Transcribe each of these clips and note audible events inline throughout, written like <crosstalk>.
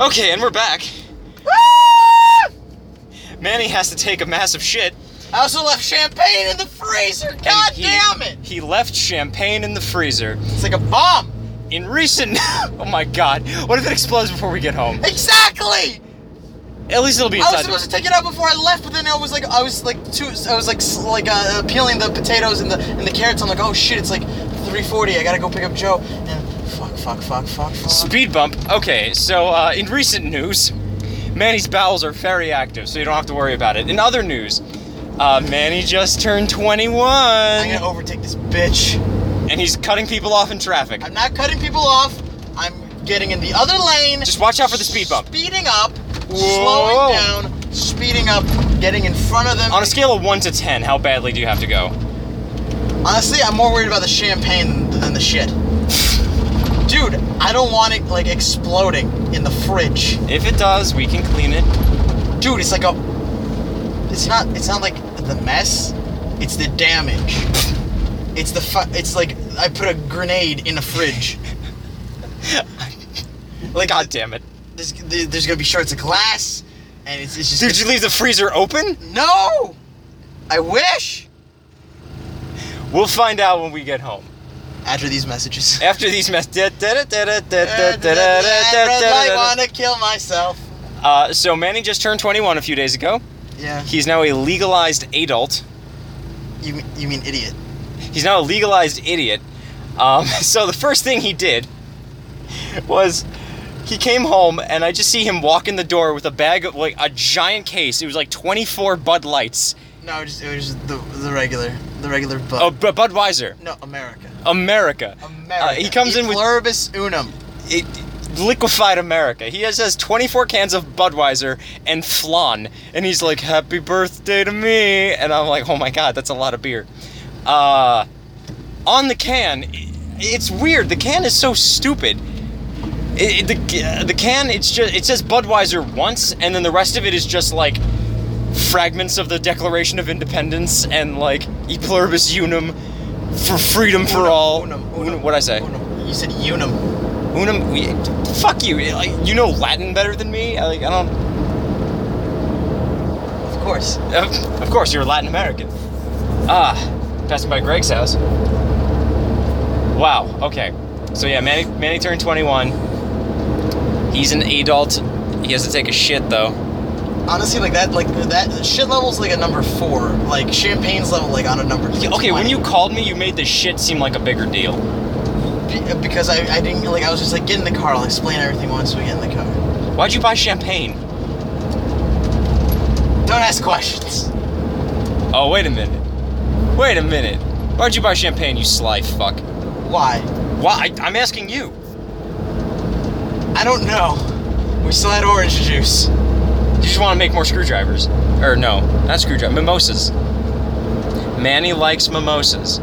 Okay, and we're back. Ah! Manny has to take a massive shit. I also left champagne in the freezer. God and he- damn it! He left champagne in the freezer. It's like a bomb. In recent. <laughs> oh my god. What if it explodes before we get home? Exactly. At least it'll be I inside. was supposed to take it out before I left, but then I was like, I was like, too, I was like, s- like uh, peeling the potatoes and the and the carrots. I'm like, oh shit, it's like 3:40. I gotta go pick up Joe. And fuck, fuck, fuck, fuck, fuck. Speed bump. Okay, so uh, in recent news, Manny's bowels are very active, so you don't have to worry about it. In other news, uh, Manny just turned 21, I'm gonna overtake this bitch. and he's cutting people off in traffic. I'm not cutting people off. I'm getting in the other lane. Just watch out for the speed bump. Speeding up, Whoa. slowing down, speeding up, getting in front of them. On a scale of 1 to 10, how badly do you have to go? Honestly, I'm more worried about the champagne than the shit. Dude, I don't want it like exploding in the fridge. If it does, we can clean it. Dude, it's like a. It's not. It's not like the mess. It's the damage. It's the. Fu- it's like I put a grenade in a fridge. Like God damn it. There's, there's gonna be shards of glass, and it's, it's just. Did you leave the freezer open? No! I wish! We'll find out when we get home. After these messages. After these mess. I wanna kill myself. Uh, so Manny just turned 21 a few days ago. Yeah. He's now a legalized adult. You, mean- you mean idiot. He's now a legalized idiot. Um, <laughs> so the first thing he did was he came home and I just see him walk in the door with a bag of like a giant case. It was like 24 Bud Lights. No, it was just, it was just the, the regular. The regular bug. Oh, Bu- Budweiser. No, America. America. America. Uh, he comes E in with Pluribus unum. it, liquefied America. He has, has 24 cans of Budweiser and flan, and he's like, "Happy birthday to me!" And I'm like, "Oh my god, that's a lot of beer." Uh, on the can, i- it's weird. The can is so stupid. It, it- the uh, the can, it's just it says Budweiser once, and then the rest of it is just like fragments of the Declaration of Independence and like E pluribus unum for freedom for Unum, all. Unum, Un- unum, what'd I say? Unum. You said unum. Unum, we, fuck you. Like, you know Latin better than me. I, like, I don't. Of course. Of, of course, you're Latin American. Ah, passing by Greg's house. Wow. Okay. So yeah, Manny, Manny turned 21. He's an adult. He has to take a shit though. Honestly, like that, like that shit level's like a number four. Like champagne's level, like on a number. Yeah, Okay, when 20. you called me, you made the shit seem like a bigger deal. Be- because I, I didn't like I was just like get in the car. I'll explain everything once we get in the car. Why'd you buy champagne? Don't ask questions. Oh, wait a minute. Wait a minute. Why'd you buy champagne, you sly fuck? Why? Why? I, I'm asking you. I don't know. We still had orange juice. You just want to make more screwdrivers. Or no, not screwdrivers, mimosas. Manny likes mimosas.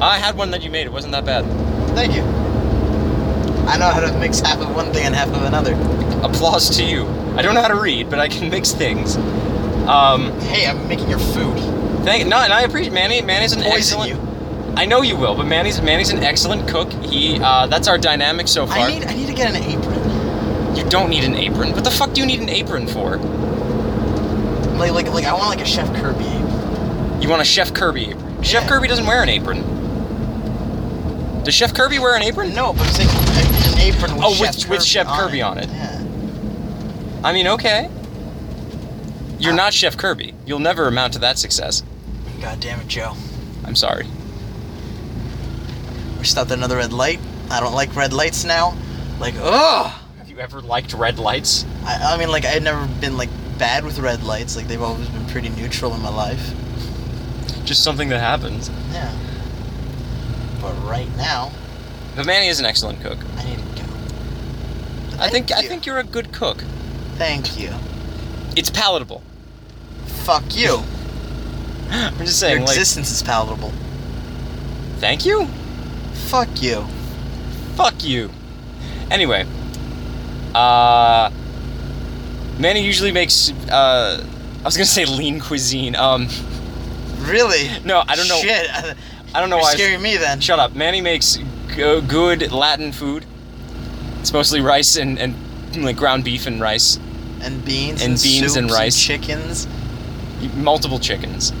I had one that you made, it wasn't that bad. Thank you. I know how to mix half of one thing and half of another. Applause to you. I don't know how to read, but I can <laughs> mix things. Um, Hey, I'm making your food. thank no, and I appreciate Manny. Manny's an Poison excellent. you. I know you will, but Manny's Manny's an excellent cook. He uh, that's our dynamic so far. I need I need to get an apron. you don't need an apron. What the fuck do you need an apron for? Like like like I want like a Chef Kirby apron. You want a Chef Kirby apron? Chef Yeah. Kirby doesn't wear an apron. Does Chef Kirby wear an apron? No, but I'm saying a- an apron with Oh, Chef with- Kirby with Chef Kirby on it. Yeah. I mean, okay. You're Uh, not Chef Kirby. You'll never amount to that success. God damn it, Joe. I'm sorry. We stopped at another red light. I don't like red lights now. Like ugh. Have you ever liked red lights? I, I mean, like, I've never been, like, bad with red lights. Like, they've always been pretty neutral in my life. Just something that happens. Yeah. But right now, But Manny is an excellent cook. I need to go. I think I you. think you're a good cook. Thank you. It's palatable. <gasps> Fuck you. I'm just Your saying. Like, existence is palatable. thank you. Fuck you. Fuck you. Anyway, uh, Manny usually makes. Uh, I was gonna say lean cuisine. Um, Really? no, I don't know. Shit. <laughs> I don't know You're why. I- scaring me then. Shut up. Manny makes go- good Latin food. It's mostly rice and, and like ground beef and rice, and beans And beans and soups rice. chickens. multiple chickens.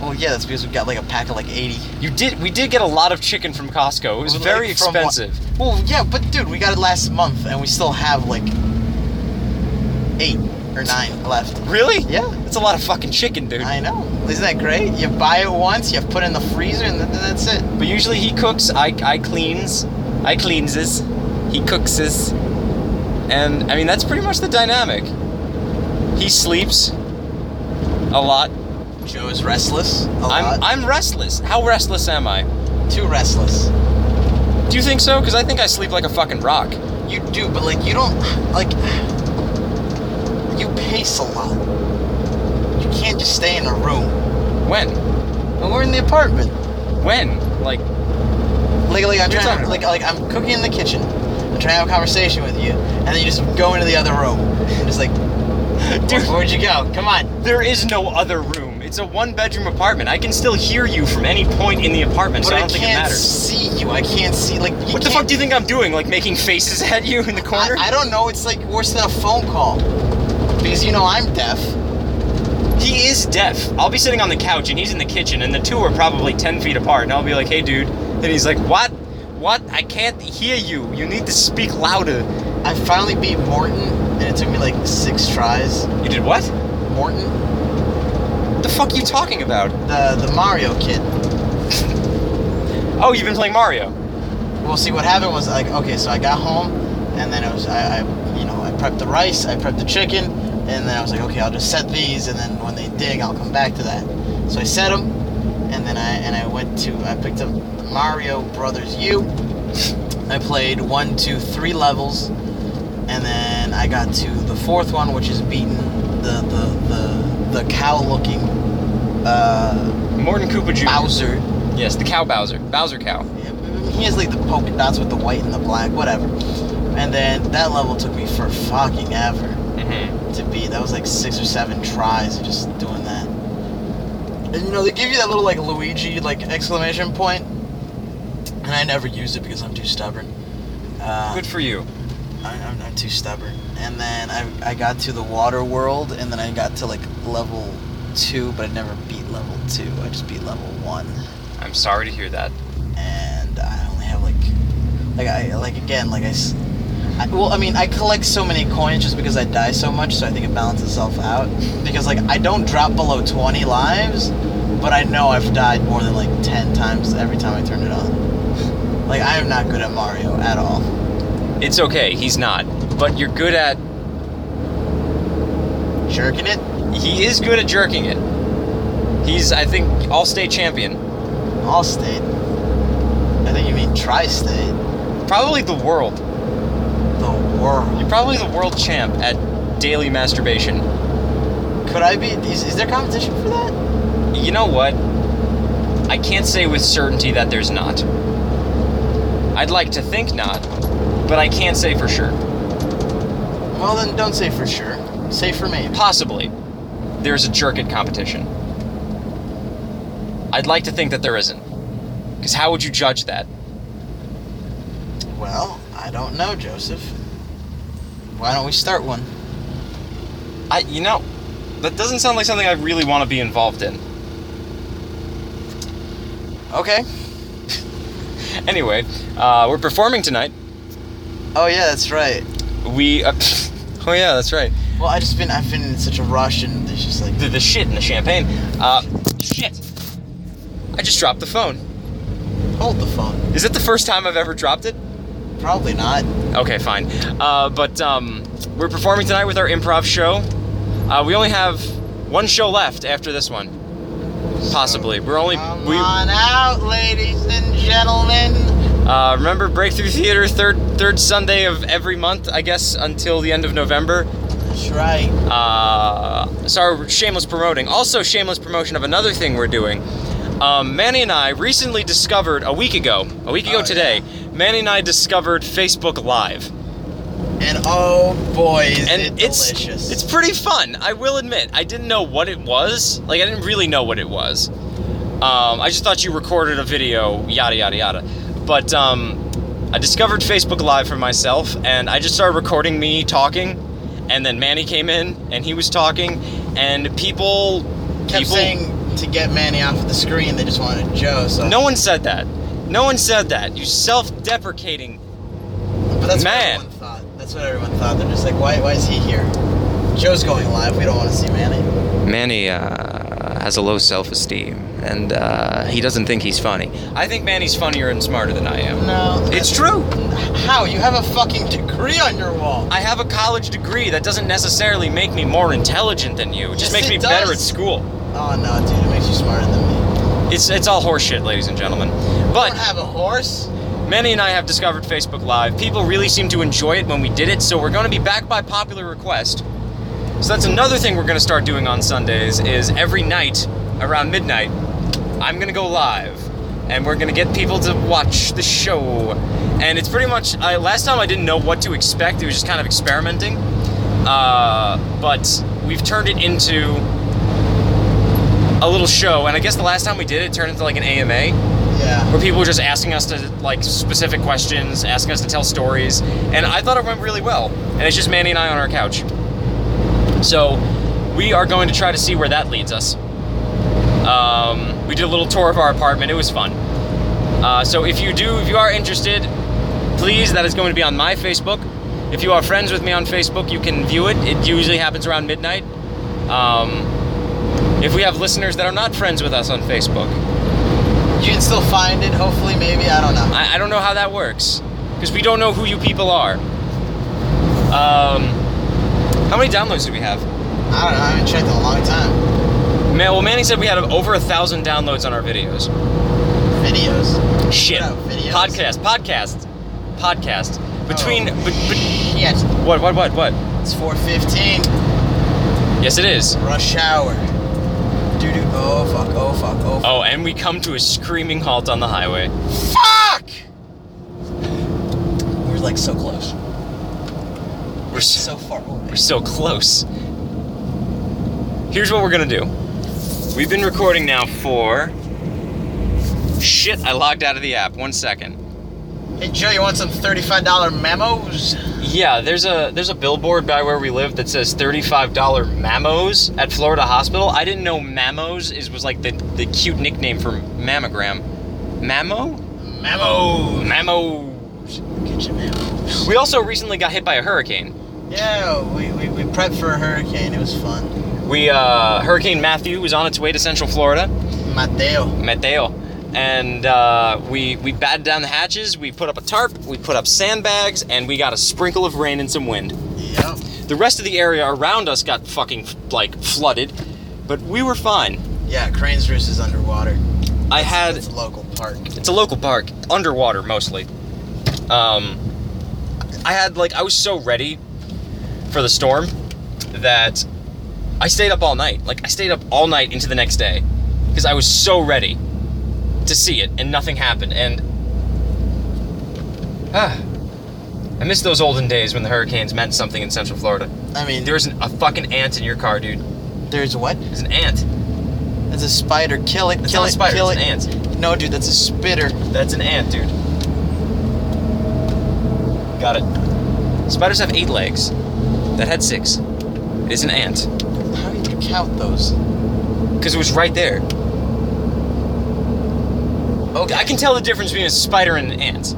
Well, yeah, that's because we got like a pack of like eighty. You did. We did get a lot of chicken from Costco. It was Like, very from what- expensive. Well, yeah, but dude, we got it last month, and we still have like eight or nine left. Really? Yeah. It's a lot of fucking chicken, dude. I know. Isn't that great? You buy it once, you put it in the freezer, and th- that's it. But usually he cooks, I, I cleans, I cleanses, he cookses. And I mean, that's pretty much the dynamic. He sleeps a lot. Joe is restless. A I'm, lot. I'm restless. How restless am I? too restless. Do you think so? Because I think I sleep like a fucking rock. You do, but like you don't like you pace a lot. You can't just stay in a room. When? And we're in the apartment. When? Like, Like like I'm What are you trying talking to, like like I'm cooking in the kitchen. I'm trying to have a conversation with you, and then you just go into the other room. And just like, <laughs> dude, Dude. where'd you go? Come on. there is no other room. It's a one bedroom apartment. I can still hear you from any point in the apartment, But so I I, don't think it can't matters. see you. I can't see like. You What the fuck do you think I'm doing? Like making faces <laughs> at you in the corner? I, I don't know. It's like worse than a phone call, because you know I'm deaf. He is deaf. I'll be sitting on the couch and he's in the kitchen and the two are probably 10 feet apart and I'll be like, hey dude. And he's like, what? What? I can't hear you. You need to speak louder. I finally beat Morton, and it took me like six tries. You did what? Morton. What the fuck are you talking about? the the Mario kid. Oh, you've been playing Mario. Well, see, what happened was like, okay, so I got home, and then it was I, I you know, I prepped the rice, I prepped the chicken, and then I was like, okay, I'll just set these, and then when they dig, I'll come back to that. So I set them, and then I and I went to I picked up Mario Brothers U. I played one, two, three levels, and then I got to the fourth one, which is beating the the the, the cow looking uh, Morton Koopa Jr. Bowser. Yes, the cow Bowser. Bowser cow. He has like the polka dots with the white and the black, whatever. And then that level took me for fucking ever Mm-hmm. to beat. That was like six or seven tries of just doing that. And you know they give you that little like Luigi like exclamation point, and I never used it because I'm too stubborn. Uh, Good for you. I, I'm, I'm too stubborn. And then I, I got to the water world, and then I got to like level two, but I never beat level two. I just beat level one I'm sorry to hear that. and I only have like, like I like again like I, s- I- well I mean I collect so many coins just because I die so much, so I think it balances itself out. Because like I don't drop below twenty lives, but I know I've died more than like ten times every time I turn it on. <laughs> Like I am not good at Mario at all. It's okay, he's not. But you're good at. Jerking it, He is good at jerking it. He's, I think, all state champion. all state. I think you mean tri-state. Probably the world. The world. You're probably the world champ at daily masturbation. Could I be? Is, is there competition for that? You know what? I can't say with certainty that there's not. I'd like to think not, but I can't say for sure. Well then, don't say for sure. Say for maybe. Possibly, there's a jerk at competition. I'd like to think that there isn't. Because how would you judge that? Well, I don't know, Joseph. Why don't we start one? I, you know, that doesn't sound like something I really want to be involved in. Okay. Anyway, uh, we're performing tonight. Oh yeah, that's right. We, uh, <laughs> oh yeah, that's right. Well, I just been I've been in such a rush and it's just like the, the shit and the champagne. Uh, shit. I just dropped the phone. hold the phone. Is it the first time I've ever dropped it? Probably not. Okay, fine. Uh, but um, we're performing tonight with our improv show. Uh, we only have one show left after this one. Possibly. We're only. Come We, on out, ladies and gentlemen. uh, remember Breakthrough Theater, third third Sunday of every month, I guess, until the end of November. That's right. uh, sorry, shameless promoting. Also, shameless promotion of another thing we're doing. Um, Manny and I recently discovered a week ago, a week ago Oh, today, Manny and I discovered Facebook Live, And oh boy, is and it it's delicious. it's pretty fun. I will admit, I didn't know what it was. Like, I didn't really know what it was. Um, I just thought you recorded a video, yada yada yada. But um, I discovered Facebook Live for myself, and I just started recording me talking, and then Manny came in, and he was talking, and people Kept people- saying to get Manny off the screen, they just wanted Joe. So No one said that. No one said that. You self-deprecating. but that's man. what everyone thought. That's what everyone thought. They're just like, why, why is he here? Joe's going live. We don't want to see Manny. Manny uh, has a low self-esteem, and uh, he doesn't think he's funny. I think Manny's funnier and smarter than I am. No, It's that's- true. How you have a fucking degree on your wall? I have a college degree. That doesn't necessarily make me more intelligent than you. It just Yes, makes it me better at does. school. Oh no, dude, it makes you smarter than me. It's it's all horseshit, ladies and gentlemen. I But don't have a horse. Manny and I have discovered Facebook Live. People really seem to enjoy it when we did it, so we're going to be back by popular request. So that's another thing we're going to start doing on Sundays is every night around midnight, I'm going to go live and we're going to get people to watch the show. And it's pretty much I, last time I didn't know what to expect. It was just kind of experimenting. Uh, but we've turned it into a little show, and I guess the last time we did it, it turned into like an AMA Yeah. where people were just asking us to like specific questions, asking us to tell stories, and I thought it went really well. And it's just Manny and I on our couch. So we are going to try to see where that leads us. Um, we did a little tour of our apartment. It was fun. Uh, so if you do, if you are interested, please, that is going to be on my Facebook. If you are friends with me on Facebook, you can view it. It usually happens around midnight. Um, if we have listeners that are not friends with us on Facebook, You can still find it. Hopefully, maybe I don't know. I, I don't know how that works because we don't know who you people are. Um, how many downloads do we have? I don't know. I haven't checked in a long time. Man, well, Manny said we had over a thousand downloads on our videos. Videos. Shit. What up, videos? Podcast, podcast, podcast. Between, Oh, but, but, Yes. what, what, what, what? It's 4:15. Yes, it is. Rush hour. Doo doo. Oh fuck. Oh fuck. Oh fuck. Oh, and we come to a screaming halt on the highway. Fuck! We were like so close. We're so, So far away. we're so close. Here's what we're gonna do. We've been recording now for. Shit! I logged out of the app. One second. Hey Joe, you want some $35 memos? Yeah, there's a there's a billboard by where we live that says thirty-five dollar mamos at Florida Hospital. I didn't know mamos is was like the the cute nickname for mammogram. Mammo? Memos. Mamos. Get your memos. We also recently got hit by a hurricane. Yeah, we, we, we prepped for a hurricane. It was fun. We uh, Hurricane Matthew was on its way to Central Florida, Mateo. Mateo, and uh, we we batted down the hatches. We put up a tarp. We put up sandbags, and we got a sprinkle of rain and some wind. Yep. The rest of the area around us got fucking like flooded, but we were fine. Yeah, Crane's Roost is underwater. I had It's a local park. it's a local park, underwater mostly. Um, I had like I was so ready for the storm that I stayed up all night. Like I stayed up all night into the next day because I was so ready to see it, and nothing happened. And ah, I miss those olden days when the hurricanes meant something in Central Florida. I mean, There isn't a fucking ant in your car, dude. there's what? There's an ant. That's a spider. Kill it. That's kill not it. a spider. Kill it's it. an ant. No, dude, that's a spitter. That's an ant, dude. Got it. Spiders have eight legs. That had six. It is an ant. How do you count those? Because it was right there. Okay, I can tell the difference between a spider and an ant.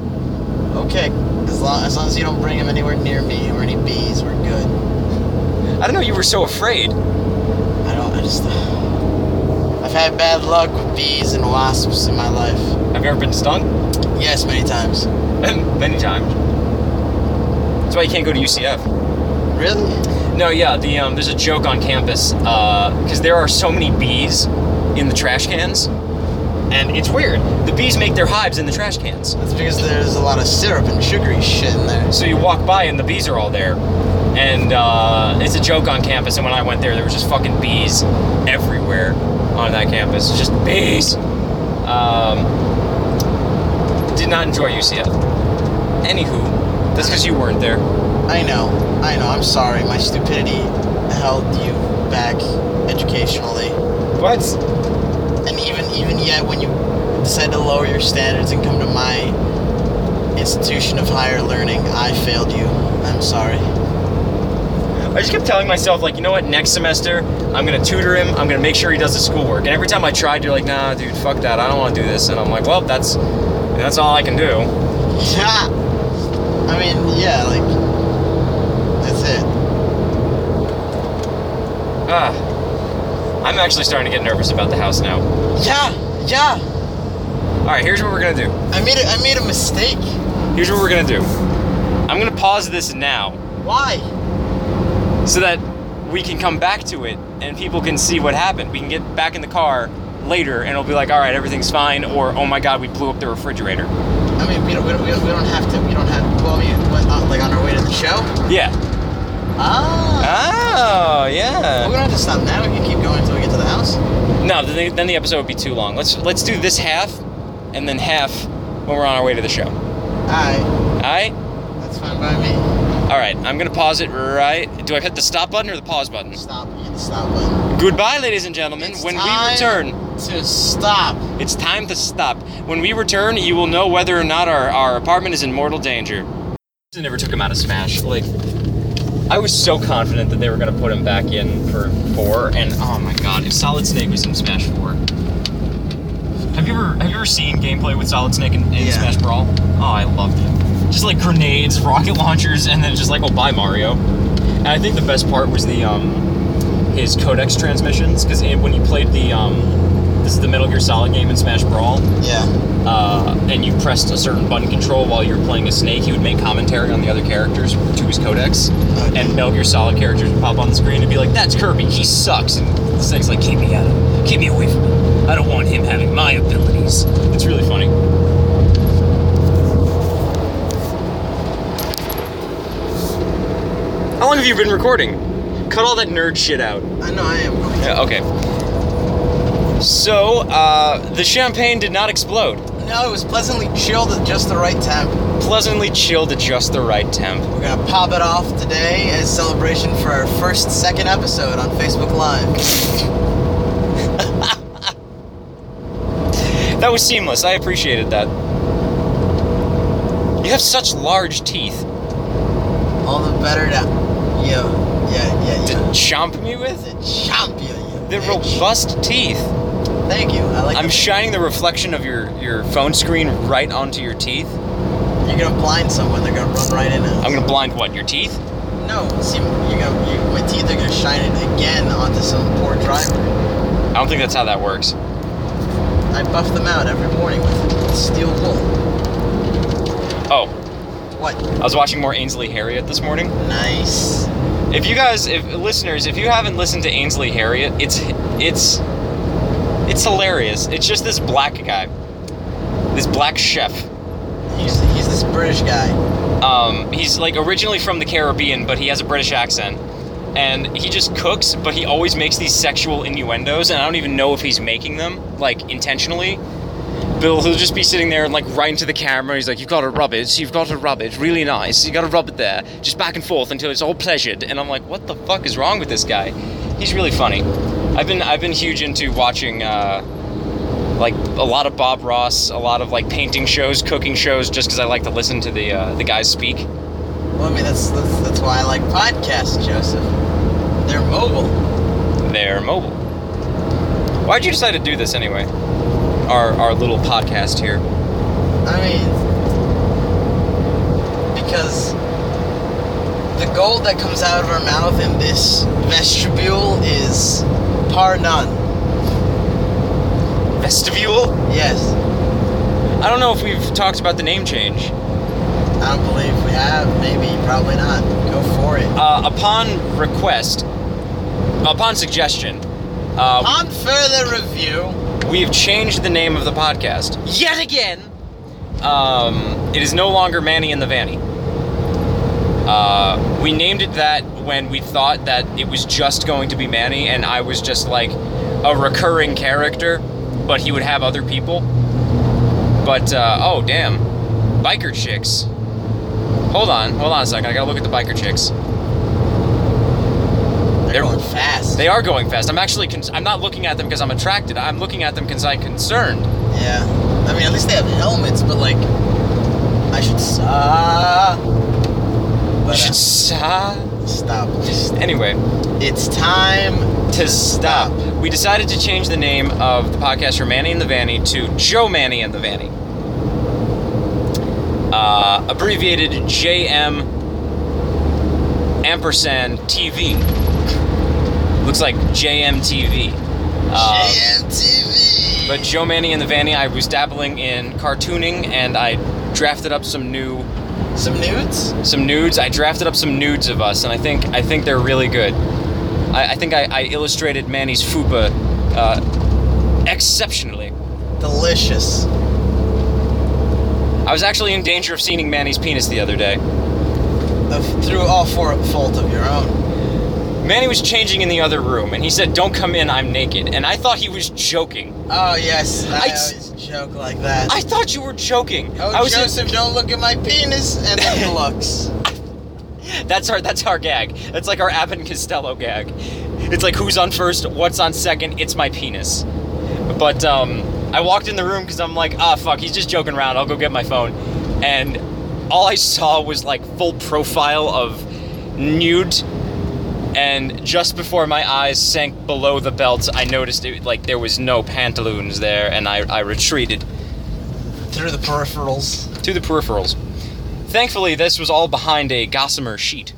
Okay, as long, as long as you don't bring them anywhere near me or any bees, we're good. I don't know, you were so afraid. I don't. I just. I've had bad luck with bees and wasps in my life. Have you ever been stung? <laughs> Yes, many times. Many times. That's why you can't go to UCF. Really? No, yeah, the um, there's a joke on campus because there are so many bees in the trash cans, and it's weird. The bees make their hives in the trash cans, That's because there's a lot of syrup and sugary shit in there. so you walk by and the bees are all there, and uh, it's a joke on campus. And when I went there, there was just fucking bees everywhere on that campus, just bees. Um, did not enjoy UCF. Anywho, that's because you weren't there. I know. I know. I'm sorry. My stupidity held you back educationally. What? And even even yet, when you decide to lower your standards and come to my institution of higher learning, I failed you. I'm sorry. <laughs> I just kept telling myself, like, you know what, next semester, I'm gonna tutor him, I'm gonna make sure he does his schoolwork. And every time I tried, you're like, nah, dude, fuck that, I don't wanna do this. And I'm like, well, that's that's all I can do. I mean, yeah, like that's it. Ah. I'm actually starting to get nervous about the house now. Yeah, yeah. Alright, here's what we're gonna do. I made a, I made a mistake. Here's what we're gonna do. I'm gonna pause this now Why? so that we can come back to it and people can see what happened. We can get back in the car later and it'll be like, alright, everything's fine, or oh my god, we blew up the refrigerator. I mean, we don't we don't, we don't, we don't have to. We don't have. Well, we went out, like on our way to the show. Yeah. Ah. Oh, yeah. we don't have to stop now. We can keep going until we get to the house. No, then the, then the episode would be too long. Let's let's do this half, and then half when we're on our way to the show. All right, All right, that's fine by me. all right. I'm gonna pause it right. Do I hit the stop button or the pause button? Stop. You hit the stop button. Goodbye, ladies and gentlemen. It's when we time return, to stop. it's time to stop. When we return, you will know whether or not our, our apartment is in mortal danger. They never took him out of Smash. Like, I was so confident that they were gonna put him back in for four, and oh my god, if Solid Snake was in Smash Four. Have you ever have you ever seen gameplay with Solid Snake in, in Yeah. Smash Brawl? Oh, I loved it. Just like grenades, rocket launchers, and then just like, oh, bye Mario. And I think the best part was the um, his codex transmissions because when you played the um, this is the Metal Gear Solid game in Smash Brawl, Yeah. uh, and you pressed a certain button control while you were playing a snake, he would make commentary on the other characters to his codex, Okay. and Metal Gear Solid characters would pop on the screen and be like, "That's Kirby. He sucks." And the snake's like, "Keep me out of, keep me away from him. I don't want him having my abilities." It's really funny. How long have you been recording? Cut all that nerd shit out. I know I am. going to. Yeah, okay. So, uh, the champagne did not explode. No, it was pleasantly chilled at just the right temp. Pleasantly chilled at just the right temp. We're gonna pop it off today as celebration for our first second episode on Facebook Live. That was seamless. I appreciated that. You have such large teeth All the better to yo, yeah, yeah, to yeah. chomp me with. The champion, you. They're bitch. robust teeth. Thank you. I like. I'm the- shining the reflection of your, your phone screen right onto your teeth. You're gonna blind someone. They're gonna run right in. us. I'm gonna blind what? Your teeth? No, see, you're gonna. You, my teeth are gonna shine it again onto some poor driver. I don't think that's how that works. I buff them out every morning with steel wool. Oh, What? I was watching more Ainsley Harriet this morning. Nice. If you guys, if listeners, if you haven't listened to Ainsley Harriet, it's it's it's hilarious. It's just this black guy, this black chef. He's he's this British guy. Um, he's like originally from the Caribbean, but he has a British accent, and he just cooks. But he always makes these sexual innuendos, and I don't even know if he's making them like intentionally. Bill, he'll just be sitting there and like right into the camera. He's like, "You've got to rub it. You've got to rub it. Really nice. You got to rub it there, just back and forth until it's all pleasured." And I'm like, "What the fuck is wrong with this guy? He's really funny." I've been I've been huge into watching uh, like a lot of Bob Ross, a lot of like painting shows, cooking shows, just because I like to listen to the uh, the guys speak. Well, I mean that's that's, that's why I like podcasts, Joseph. They're mobile. They're mobile. Why'd you decide to do this anyway? Our our little podcast here. I mean, because the gold that comes out of our mouth in this vestibule is par none. Vestibule. Yes, I don't know if we've talked about the name change. I don't believe we have. Maybe, probably not. Go for it. Uh, upon request, upon suggestion, uh, On further review, we've changed the name of the podcast. yet again, Um, it is no longer Manny and the Vanny. Uh, we named it that when we thought that it was just going to be Manny, and I was just like a recurring character, but he would have other people. But uh, oh damn, biker chicks. Hold on, hold on a second. I gotta look at the biker chicks. they're They're- going fast. They are going fast. I'm actually cons- I'm not looking at them because I'm attracted. I'm looking at them because I'm concerned. yeah. I mean, at least they have helmets, but like, I should stop. You But should should stop. stop. Anyway, It's time. to stop. We decided to change the name of the podcast from Manny and the Vanny to Joe Manny and the Vanny. Uh, abbreviated JM ampersand TV. Looks like JMTV. Uh, JMTV. but Joe Manny and the Vanny, I was dabbling in cartooning and I drafted up some new some nudes. some nudes. I drafted up some nudes of us, and I think I think they're really good. I, I think I, I illustrated Manny's fupa uh, exceptionally. Delicious. I was actually in danger of seeing Manny's penis the other day. Of, through all four fault of your own. Manny was changing in the other room, and he said, "Don't come in. I'm naked." And I thought he was joking. Oh yes, I, I s- always joke like that. I thought you were joking. oh I was in- Joseph, don't look at my penis. <laughs> And then looks. that's our that's our gag. That's like our Abbott and Costello gag. It's like who's on first, what's on second. It's my penis. But um, I walked in the room because I'm like, ah, fuck, he's just joking around. I'll go get my phone, and all I saw was like full profile of nude, and just before my eyes sank below the belt, I noticed it like there was no pantaloons there, and I, I retreated Through the peripherals. to the peripherals. Thankfully, this was all behind a gossamer sheet.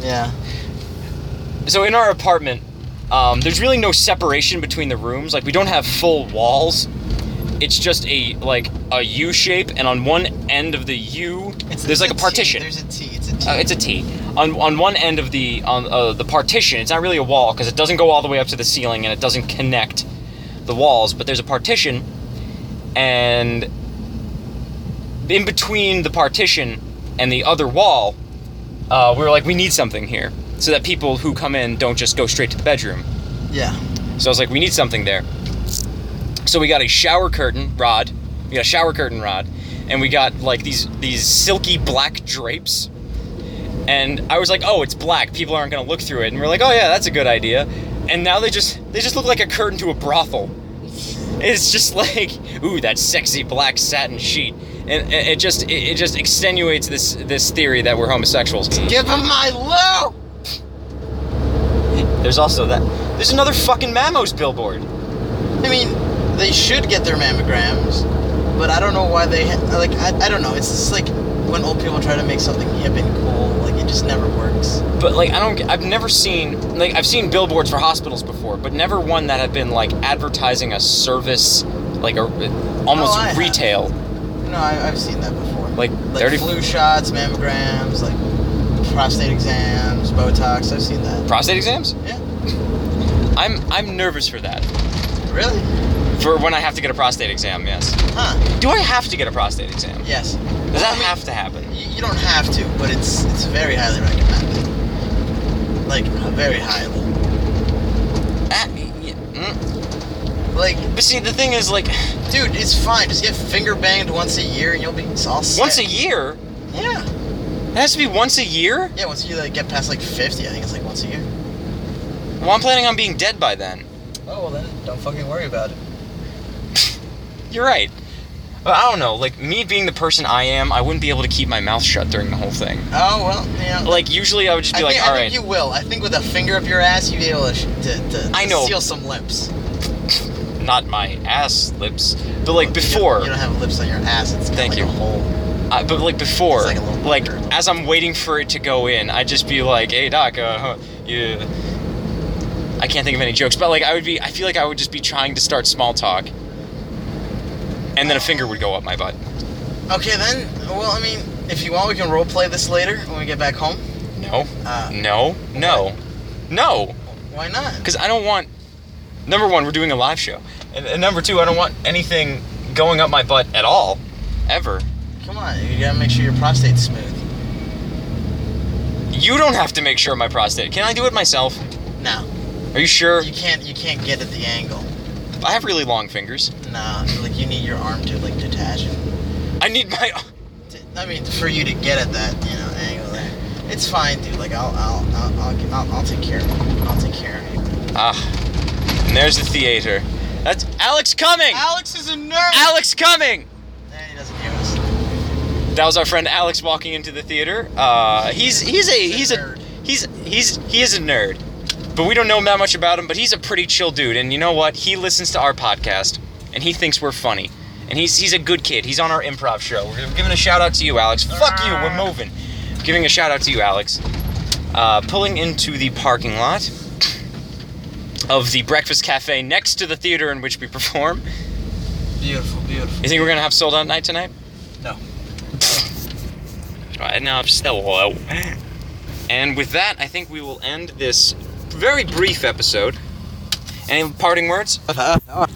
Yeah. so in our apartment, um, there's really no separation between the rooms. Like we don't have full walls. It's just a like a U shape, and on one end of the U, there's like a T. partition. There's a T. It's a T. Uh, it's a T. On on one end of the on uh, the partition, it's not really a wall because it doesn't go all the way up to the ceiling and it doesn't connect the walls. But there's a partition, and in between the partition and the other wall, uh, we were like, we need something here so that people who come in don't just go straight to the bedroom. yeah. So I was like, we need something there. So we got a shower curtain rod. We got a shower curtain rod, and we got like these these silky black drapes. And I was like, oh, it's black. People aren't gonna look through it. And we're like, oh yeah, that's a good idea. And now they just they just look like a curtain to a brothel. It's just <laughs> like, ooh, that sexy black satin sheet. And and it just it it just extenuates this this theory that we're homosexuals. Give him my loot. There's also that. There's another fucking Mamos billboard. I mean, they should get their mammograms, but I don't know why they ha- like. I, I don't know. It's just like when old people try to make something hip and cool, like it just never works. But like I don't, I've never seen like I've seen billboards for hospitals before, but never one that have been like advertising a service, like a almost Oh, I have. retail. No, I, I've seen that before. Like, like 30 flu shots, mammograms, like prostate exams, Botox. I've seen that. Prostate exams? Yeah. I'm I'm nervous for that. Really? For when I have to get a prostate exam, yes. Huh? Do I have to get a prostate exam? Yes. Does that I mean, have to happen? You, you don't have to, but it's it's very highly recommended. Like very highly. Ah, yeah, mm. Like, But see, the thing is, like, dude, it's fine. Just get finger banged once a year, and you'll be all set. once a year. Yeah. It has to be once a year. Yeah, once you like get past like 50, I think it's like once a year. Well, I'm planning on being dead by then. Oh well, then don't fucking worry about it. You're right. But I don't know. Like me being the person I am, I wouldn't be able to keep my mouth shut during the whole thing. Oh well, yeah. Like usually I would just I be like, think, all I right. think you will. I think with a finger up your ass, you'd be able to, sh- to, to, I know. seal some lips. not my ass lips, but like You don't- before. you don't have lips on your ass. It's Thank kind you. of like a hole. I, but like before, It's like a little like, bigger. as I'm waiting for it to go in, I'd just be like, "Hey doc, uh, huh, you." I can't think of any jokes, but like I would be, I feel like I would just be trying to start small talk, and then a finger would go up my butt. Okay then. Well, I mean, if you want, we can role play this later when we get back home. No, Uh, no, no, no, Why not? because I don't want. Number one, we're doing a live show, and, and number two, I don't want anything going up my butt at all, ever. Come on, you gotta make sure your prostate's smooth. You don't have to make sure my prostate. Can I do it myself? No, Are you sure? you can't. You can't get at the angle. I have really long fingers. Nah, like you need your arm to like detach it. I need my. to- I mean, for you to get at that, you know, angle there. It's fine, dude. Like, I'll, I'll, I'll, I'll, I'll, I'll take care of it. I'll take care of it. Ah, and there's the theater. That's Alex coming. Alex is a nerd. Alex coming. And he doesn't hear us. That was our friend Alex walking into the theater. Uh, he's he's a he's a he's he's he is a nerd, but we don't know that much about him. But he's a pretty chill dude, and you know what? He listens to our podcast, and he thinks we're funny, and he's he's a good kid. He's on our improv show. We're giving a shout out to you, Alex. Fuck you. We're moving. Giving a shout out to you, Alex. Uh, pulling into the parking lot of the breakfast cafe next to the theater in which we perform. Beautiful, beautiful. You think we're gonna have sold out night tonight? No. Right now I'm still low. And with that, I think we will end this very brief episode. Any parting words? Uh,